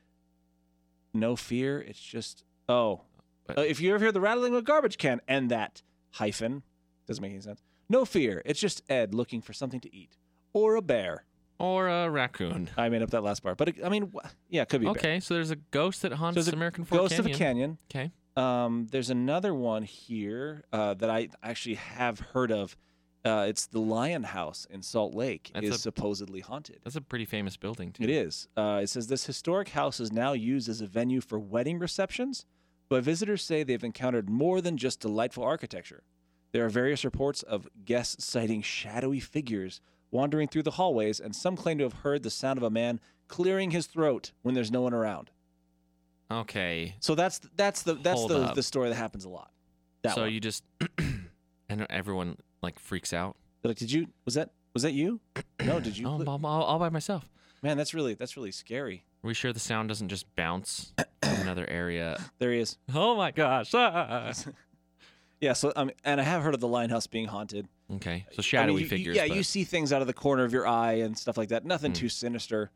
[SPEAKER 2] no fear, it's just oh.
[SPEAKER 1] But-
[SPEAKER 2] Uh, if you ever hear the rattling of a garbage can and that hyphen doesn't make any sense. No fear, it's just Ed looking for something to eat or a bear.
[SPEAKER 1] Or a raccoon.
[SPEAKER 2] I made up that last part, but it, I mean, wh- yeah, it could be a bear.
[SPEAKER 1] Okay, so there's a ghost that haunts
[SPEAKER 2] there's a
[SPEAKER 1] American Fork
[SPEAKER 2] Ghost
[SPEAKER 1] Canyon.
[SPEAKER 2] of a Canyon.
[SPEAKER 1] Okay.
[SPEAKER 2] Um, there's another one here uh, that I actually have heard of. Uh, it's the Lion House in Salt Lake
[SPEAKER 1] That's
[SPEAKER 2] is
[SPEAKER 1] a-
[SPEAKER 2] supposedly haunted.
[SPEAKER 1] That's a pretty famous building too.
[SPEAKER 2] It is. Uh, it says this historic house is now used as a venue for wedding receptions, but visitors say they've encountered more than just delightful architecture. There are various reports of guests citing shadowy figures wandering through the hallways, and some claim to have heard the sound of a man clearing his throat when there's no one around.
[SPEAKER 1] Okay.
[SPEAKER 2] So that's that's the that's
[SPEAKER 1] Hold
[SPEAKER 2] the,
[SPEAKER 1] up.
[SPEAKER 2] the story that happens a lot. That
[SPEAKER 1] so
[SPEAKER 2] one.
[SPEAKER 1] you just and everyone like freaks out.
[SPEAKER 2] like, did you was that was that you? No, did you?
[SPEAKER 1] Oh, I'm
[SPEAKER 2] cl-
[SPEAKER 1] all, all by myself.
[SPEAKER 2] Man, that's really that's really scary.
[SPEAKER 1] Are we sure the sound doesn't just bounce from another area?
[SPEAKER 2] There he is.
[SPEAKER 1] Oh my gosh. ah.
[SPEAKER 2] Yeah. So um, and I have heard of the Lionhouse being haunted.
[SPEAKER 1] Okay. So
[SPEAKER 2] I mean,
[SPEAKER 1] shadowy
[SPEAKER 2] you- you-
[SPEAKER 1] figures.
[SPEAKER 2] Yeah,
[SPEAKER 1] but-
[SPEAKER 2] you see things out of the corner of your eye and stuff like that. Nothing
[SPEAKER 1] Mm.
[SPEAKER 2] too sinister.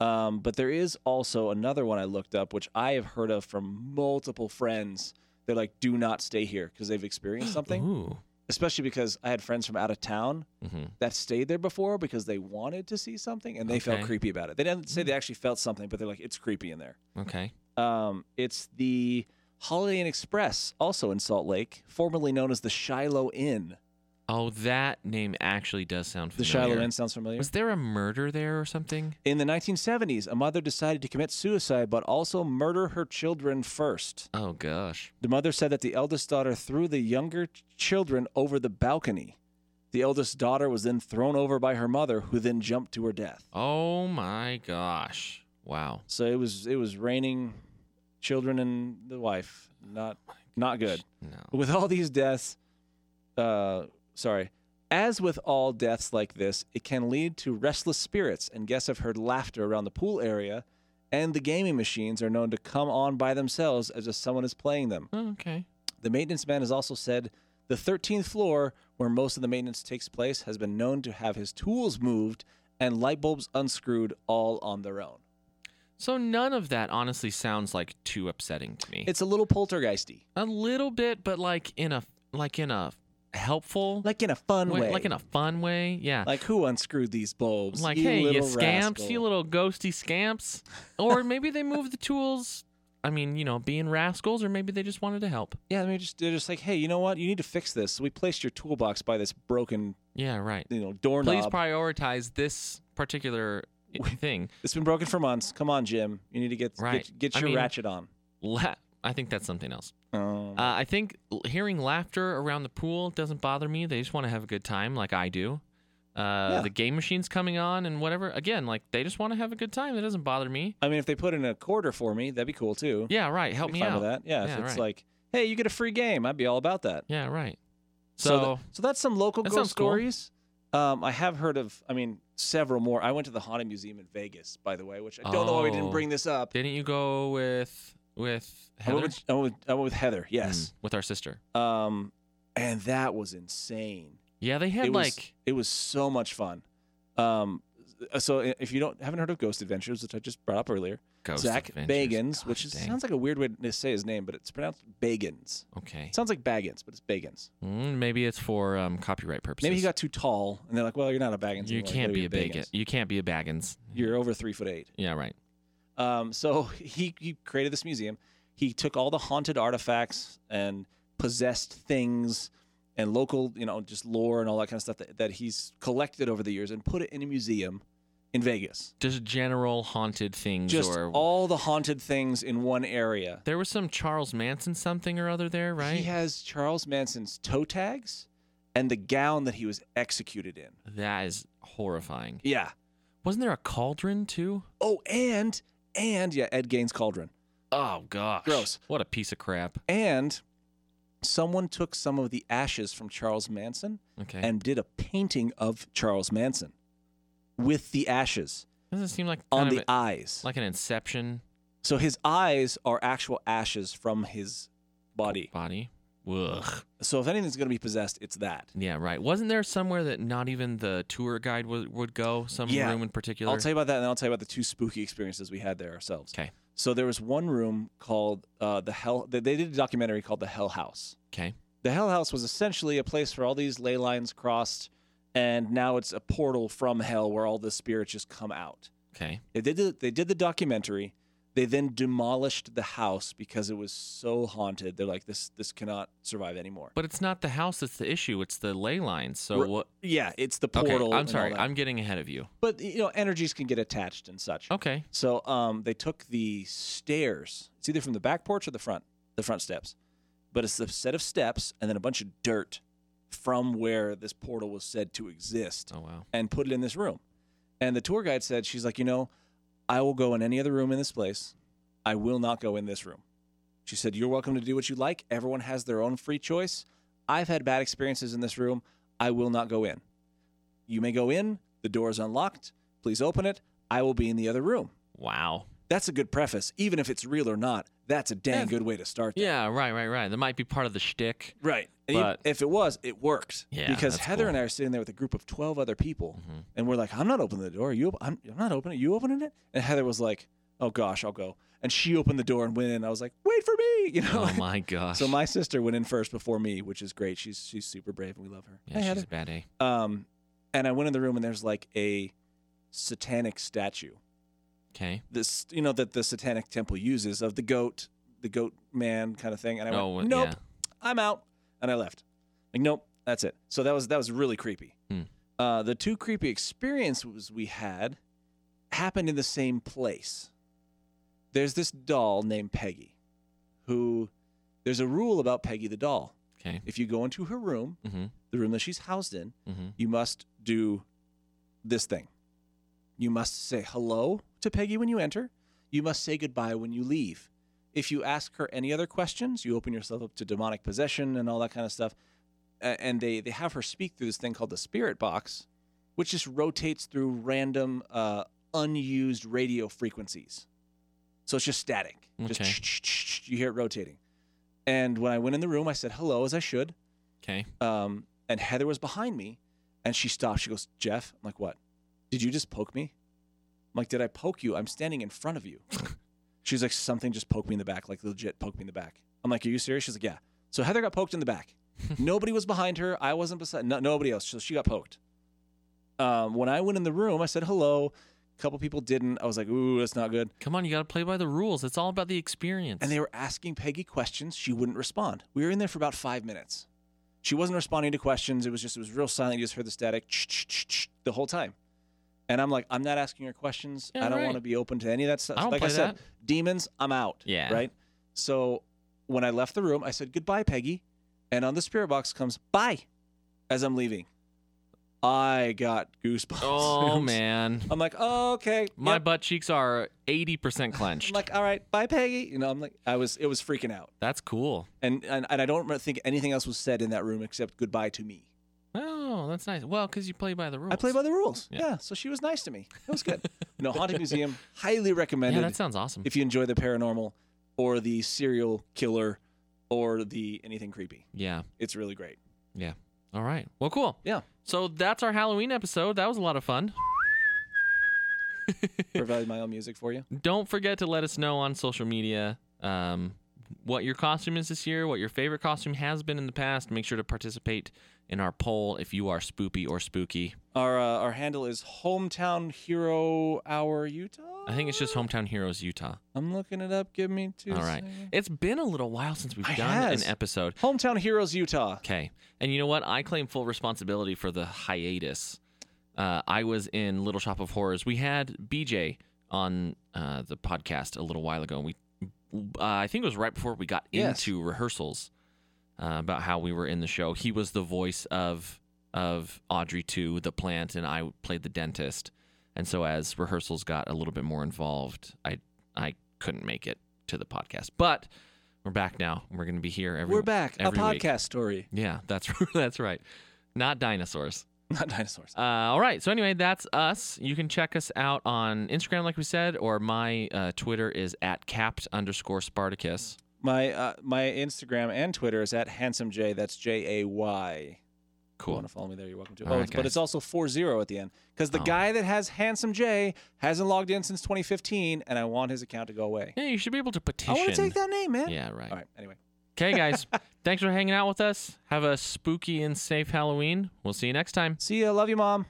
[SPEAKER 2] Um, but there is also another one I looked up, which I have heard of from multiple friends. They're like, "Do not stay here" because they've experienced something.
[SPEAKER 1] Ooh.
[SPEAKER 2] Especially because I had friends from out of town
[SPEAKER 1] Mhm.
[SPEAKER 2] that stayed there before because they wanted to see something and they felt
[SPEAKER 1] Okay. Hmm.
[SPEAKER 2] creepy about it. They didn't say they actually felt something, but they're like, "It's creepy in there."
[SPEAKER 1] Okay.
[SPEAKER 2] Um, it's the Holiday Inn Express, also in Salt Lake, formerly known as the Shiloh Inn.
[SPEAKER 1] Oh, that name actually does sound
[SPEAKER 2] The
[SPEAKER 1] familiar.
[SPEAKER 2] Shiloh Inn sounds familiar.
[SPEAKER 1] Was there a murder there or something?
[SPEAKER 2] In the 1970s, a mother decided to commit suicide but also murder her children first.
[SPEAKER 1] Oh gosh.
[SPEAKER 2] The mother said that the eldest daughter threw the younger ch- children over the balcony. The eldest daughter was then thrown over by her mother, who then jumped to her death.
[SPEAKER 1] Oh my gosh. Wow.
[SPEAKER 2] So it was it was raining children and the wife. Not not good.
[SPEAKER 1] No.
[SPEAKER 2] With all these deaths, uh, sorry. As with all deaths like this, it can lead to restless spirits, and guests have heard laughter around the pool area, and the gaming machines are known to come on by themselves as if someone is playing them.
[SPEAKER 1] Oh, okay.
[SPEAKER 2] The maintenance man has also said The 13th floor, where most of the maintenance takes place, has been known to have his tools moved and light bulbs unscrewed all on their own.
[SPEAKER 1] So none of that honestly sounds like too upsetting to me.
[SPEAKER 2] It's a little poltergeisty,
[SPEAKER 1] a little bit, but like in a like in a helpful
[SPEAKER 2] like in a fun way,
[SPEAKER 1] like in a fun way. Yeah.
[SPEAKER 2] like who unscrewed these bulbs?
[SPEAKER 1] Like, hey, you
[SPEAKER 2] little
[SPEAKER 1] scamps,
[SPEAKER 2] rascal.
[SPEAKER 1] you little ghosty scamps. Or maybe they moved the tools. I mean, you know, being rascals, or maybe they just wanted to help.
[SPEAKER 2] yeah. I mean, just they're just like, hey, you know what? You need to fix this. So we placed your toolbox by this broken,
[SPEAKER 1] Yeah, right.
[SPEAKER 2] you know,
[SPEAKER 1] Please
[SPEAKER 2] doorknob.
[SPEAKER 1] prioritize this particular i- thing.
[SPEAKER 2] it's been broken for months. Come on, Jim. You need to get
[SPEAKER 1] Right.
[SPEAKER 2] get, get
[SPEAKER 1] I
[SPEAKER 2] your
[SPEAKER 1] mean-
[SPEAKER 2] ratchet on.
[SPEAKER 1] La- I think that's something else.
[SPEAKER 2] Oh.
[SPEAKER 1] Uh, I think l- hearing laughter around the pool doesn't bother me. They just want to have a good time, like I do. Uh,
[SPEAKER 2] Yeah.
[SPEAKER 1] The game machine's coming on and whatever. Again, like they just want to have a good time. That doesn't bother me.
[SPEAKER 2] I mean, if they put in a quarter for me, that'd be cool too.
[SPEAKER 1] Yeah, right. Help
[SPEAKER 2] I'd
[SPEAKER 1] me
[SPEAKER 2] be fine
[SPEAKER 1] out.
[SPEAKER 2] with that. Yeah,
[SPEAKER 1] Yeah,
[SPEAKER 2] if it's
[SPEAKER 1] right.
[SPEAKER 2] like, hey, you get a free game, I'd be all about that.
[SPEAKER 1] Yeah, right.
[SPEAKER 2] So,
[SPEAKER 1] So,
[SPEAKER 2] tha- so that's some local
[SPEAKER 1] That
[SPEAKER 2] ghost
[SPEAKER 1] sounds cool.
[SPEAKER 2] stories. Um, I have heard of, I mean, several more. I went to the haunted museum in Vegas, by the way, which I don't know why we
[SPEAKER 1] Oh.
[SPEAKER 2] didn't bring this up.
[SPEAKER 1] didn't you go with with
[SPEAKER 2] I
[SPEAKER 1] Heather?
[SPEAKER 2] went with, I, went with, I went with Heather, yes.
[SPEAKER 1] Mm, with our sister.
[SPEAKER 2] Um, and that was insane.
[SPEAKER 1] Yeah, they had
[SPEAKER 2] it was,
[SPEAKER 1] like
[SPEAKER 2] it was so much fun. Um, so i- if you don't haven't heard of Ghost Adventures, which I just brought up earlier,
[SPEAKER 1] Ghost
[SPEAKER 2] Zach
[SPEAKER 1] Adventures.
[SPEAKER 2] Bagans,
[SPEAKER 1] God
[SPEAKER 2] which is,
[SPEAKER 1] Ah, dang.
[SPEAKER 2] sounds like a weird way to say his name, but it's pronounced Bagans.
[SPEAKER 1] okay.
[SPEAKER 2] It sounds like Baggins, but it's Bagans.
[SPEAKER 1] Mm, maybe it's for um, copyright purposes.
[SPEAKER 2] Maybe he got too tall, and they're like, "Well, you're not a Baggins.
[SPEAKER 1] You
[SPEAKER 2] anymore.
[SPEAKER 1] can't
[SPEAKER 2] gotta
[SPEAKER 1] be a Baggins.
[SPEAKER 2] Baggins.
[SPEAKER 1] You can't be a Baggins.
[SPEAKER 2] You're over three foot eight.
[SPEAKER 1] Yeah, right.
[SPEAKER 2] Um, so he, he created this museum. He took all the haunted artifacts and possessed things and local, you know, just lore and all that kind of stuff that, that he's collected over the years and put it in a museum in Vegas.
[SPEAKER 1] Just general haunted things
[SPEAKER 2] Just
[SPEAKER 1] or
[SPEAKER 2] all the haunted things in one area.
[SPEAKER 1] There was some Charles Manson something or other there, right?
[SPEAKER 2] He has Charles Manson's toe tags and the gown that he was executed in.
[SPEAKER 1] that is horrifying.
[SPEAKER 2] Yeah.
[SPEAKER 1] Wasn't there a cauldron too?
[SPEAKER 2] Oh, and and yeah, Ed Gaines cauldron.
[SPEAKER 1] Oh gosh.
[SPEAKER 2] Gross.
[SPEAKER 1] What a piece of crap.
[SPEAKER 2] And someone took some of the ashes from Charles Manson
[SPEAKER 1] Okay.
[SPEAKER 2] and did a painting of Charles Manson with the ashes
[SPEAKER 1] doesn't it seem like
[SPEAKER 2] on
[SPEAKER 1] kind
[SPEAKER 2] the
[SPEAKER 1] of a-
[SPEAKER 2] eyes.
[SPEAKER 1] like an inception
[SPEAKER 2] so his eyes are actual ashes from his body.
[SPEAKER 1] body? Ugh.
[SPEAKER 2] So if anything's going to be possessed, it's that.
[SPEAKER 1] Yeah, right. Wasn't there somewhere that not even the tour guide would, would go? Some
[SPEAKER 2] Yeah.
[SPEAKER 1] room in particular?
[SPEAKER 2] I'll tell you about that, and then I'll tell you about the two spooky experiences we had there ourselves.
[SPEAKER 1] 'Kay.
[SPEAKER 2] So there was one room called uh, the Hell. They they did a documentary called the Hell House.
[SPEAKER 1] 'Kay.
[SPEAKER 2] The Hell House was essentially a place where all these ley lines crossed, and now it's a portal from hell where all the spirits just come out.
[SPEAKER 1] okay.
[SPEAKER 2] They did the, they did the documentary. They then demolished the house because it was so haunted. They're like this this cannot survive anymore.
[SPEAKER 1] But it's not the house that's the issue, it's the ley lines. So
[SPEAKER 2] Ri-
[SPEAKER 1] what
[SPEAKER 2] Yeah, it's the
[SPEAKER 1] Okay,
[SPEAKER 2] portal.
[SPEAKER 1] I'm
[SPEAKER 2] and all
[SPEAKER 1] sorry.
[SPEAKER 2] that.
[SPEAKER 1] I'm getting ahead of you.
[SPEAKER 2] but you know energies can get attached and such.
[SPEAKER 1] Okay.
[SPEAKER 2] So um, they took the stairs. It's either from the back porch or the front, the front steps. But it's a set of steps and then a bunch of dirt from where this portal was said to exist
[SPEAKER 1] Oh wow.
[SPEAKER 2] and put it in this room. And the tour guide said, She's like, you know, I will go in any other room in this place. I will not go in this room. She said, You're welcome to do what you like. Everyone has their own free choice. I've had bad experiences in this room. I will not go in. You may go in. The door is unlocked. Please open it. I will be in the other room.
[SPEAKER 1] Wow.
[SPEAKER 2] That's a good preface, even if it's real or not. That's a dang
[SPEAKER 1] Yeah.
[SPEAKER 2] good way to start. that.
[SPEAKER 1] Yeah, right, right, right. That might be part of the shtick.
[SPEAKER 2] right. And even
[SPEAKER 1] But-
[SPEAKER 2] if it was, it worked.
[SPEAKER 1] Yeah,
[SPEAKER 2] because
[SPEAKER 1] that's
[SPEAKER 2] Heather
[SPEAKER 1] cool.
[SPEAKER 2] and I are sitting there with a group of twelve other people,
[SPEAKER 1] Mhm.
[SPEAKER 2] and we're like, "I'm not opening the door. You, op- I'm, I'm not opening. it. You opening it?" And Heather was like, "Oh gosh, I'll go." And she opened the door and went in. I was like, "Wait for me," you know.
[SPEAKER 1] Oh my gosh.
[SPEAKER 2] so my sister went in first before me, which is great. She's she's super brave, and we love her.
[SPEAKER 1] Yeah,
[SPEAKER 2] Hey,
[SPEAKER 1] she's
[SPEAKER 2] Heather.
[SPEAKER 1] a bad A.
[SPEAKER 2] Um, and I went in the room, and there's like a satanic statue
[SPEAKER 1] Okay.
[SPEAKER 2] this you know that the satanic temple uses of the goat the goat man kind of thing and i
[SPEAKER 1] Oh,
[SPEAKER 2] went nope i'm out and i left like nope that's it so that was that was really creepy
[SPEAKER 1] Hmm.
[SPEAKER 2] uh, the two creepy experiences we had happened in the same place there's this doll named peggy who there's a rule about peggy the doll
[SPEAKER 1] Okay.
[SPEAKER 2] if you go into her room
[SPEAKER 1] Mm-hmm.
[SPEAKER 2] the room that she's housed in
[SPEAKER 1] Mm-hmm.
[SPEAKER 2] you must do this thing. You must say hello to Peggy when you enter. You must say goodbye when you leave. If you ask her any other questions, you open yourself up to demonic possession and all that kind of stuff. A- And they, they have her speak through this thing called the spirit box, which just rotates through random, uh, unused radio frequencies. So it's just static. Just
[SPEAKER 1] Okay.
[SPEAKER 2] you hear it rotating. And when I went in the room, I said hello as I should.
[SPEAKER 1] Okay.
[SPEAKER 2] Um, and Heather was behind me, and she stops. She goes, "Jeff," I'm like, "What? Did you just poke me?" I'm like, "Did I poke you? I'm standing in front of you." She's like, "Something just poked me in the back. Like legit poked me in the back." I'm like, "Are you serious?" She's like, "Yeah." So Heather got poked in the back. nobody was behind her. I wasn't beside. No, nobody else. So she got poked. Um, when I went in the room, I said hello. A couple people didn't. I was like, "Ooh, that's not good."
[SPEAKER 1] Come on, you got to play by the rules. It's all about the experience.
[SPEAKER 2] And they were asking Peggy questions. She wouldn't respond. We were in there for about five minutes. She wasn't responding to questions. It was just, it was real silent. You just heard the static the whole time. And I'm like, I'm not asking her questions.
[SPEAKER 1] Yeah,
[SPEAKER 2] I don't
[SPEAKER 1] right.
[SPEAKER 2] want to be open to any of that stuff.
[SPEAKER 1] I don't
[SPEAKER 2] like
[SPEAKER 1] play
[SPEAKER 2] I said,
[SPEAKER 1] that.
[SPEAKER 2] demons, I'm out.
[SPEAKER 1] Yeah.
[SPEAKER 2] Right. So when I left the room, I said, goodbye, Peggy. And on the spirit box comes, bye, as I'm leaving. I got goosebumps.
[SPEAKER 1] Oh man,
[SPEAKER 2] I'm like, oh, okay.
[SPEAKER 1] my
[SPEAKER 2] yep."
[SPEAKER 1] butt cheeks are eighty percent
[SPEAKER 2] I'm
[SPEAKER 1] clenched.
[SPEAKER 2] like, all right, bye, Peggy. You know, I'm like, I was, it was freaking out.
[SPEAKER 1] That's cool.
[SPEAKER 2] and and, and I don't remember- think anything else was said in that room except goodbye to me.
[SPEAKER 1] Oh, that's nice. Well, because you play by the rules.
[SPEAKER 2] I play by the rules.
[SPEAKER 1] Yeah.
[SPEAKER 2] Yeah. so she was nice to me. It was good. no, haunted museum, highly recommended
[SPEAKER 1] Yeah, that sounds awesome.
[SPEAKER 2] if you enjoy the paranormal, or the serial killer, or the anything creepy.
[SPEAKER 1] yeah.
[SPEAKER 2] It's really great.
[SPEAKER 1] All right. Well, cool.
[SPEAKER 2] Yeah.
[SPEAKER 1] So that's our Halloween episode. That was a lot of fun.
[SPEAKER 2] Provided my own music for you.
[SPEAKER 1] Don't forget to let us know on social media um, what your costume is this year, what your favorite costume has been in the past. Make sure to participate in our poll if you are spoopy or spooky.
[SPEAKER 2] Our uh, our handle is hometown hero hour Utah.
[SPEAKER 1] I think it's just Hometown Heroes Utah.
[SPEAKER 2] I'm looking it up. Give me two.
[SPEAKER 1] All right.
[SPEAKER 2] seconds.
[SPEAKER 1] It's been a little while since we've
[SPEAKER 2] It
[SPEAKER 1] done
[SPEAKER 2] has.
[SPEAKER 1] an episode.
[SPEAKER 2] Hometown heroes Utah.
[SPEAKER 1] Okay. And you know what? I claim full responsibility for the hiatus. Uh, I was in Little Shop of Horrors. We had BJ on uh, the podcast a little while ago. And we, uh, I think it was right before we got
[SPEAKER 2] Yes.
[SPEAKER 1] into rehearsals uh, about how we were in the show. He was the voice of of Audrey too, the plant, and I played the dentist. And so as rehearsals got a little bit more involved, I I couldn't make it to the podcast. But we're back now. We're going to be here every
[SPEAKER 2] We're back. A
[SPEAKER 1] every week.
[SPEAKER 2] podcast story,
[SPEAKER 1] yeah, that's that's right. Not dinosaurs.
[SPEAKER 2] not dinosaurs.
[SPEAKER 1] Uh, all right. So anyway, that's us. You can check us out on Instagram, like we said, or my uh, Twitter is at capped underscore Spartacus.
[SPEAKER 2] My uh, my Instagram and Twitter is at handsome j. That's J A Y. You
[SPEAKER 1] Cool.
[SPEAKER 2] want to follow me there? You're welcome to.
[SPEAKER 1] All
[SPEAKER 2] oh,
[SPEAKER 1] right,
[SPEAKER 2] it's- but
[SPEAKER 1] guys.
[SPEAKER 2] it's also four zero at the end because the
[SPEAKER 1] Oh.
[SPEAKER 2] guy that has handsome J hasn't logged in since 2015, and I want his account to go away.
[SPEAKER 1] Yeah, you should be able to petition.
[SPEAKER 2] I want to take that name, man.
[SPEAKER 1] Yeah, right.
[SPEAKER 2] All right. Anyway,
[SPEAKER 1] Okay, guys. thanks for hanging out with us. Have a spooky and safe Halloween. We'll see you next time.
[SPEAKER 2] see ya. Love you, mom.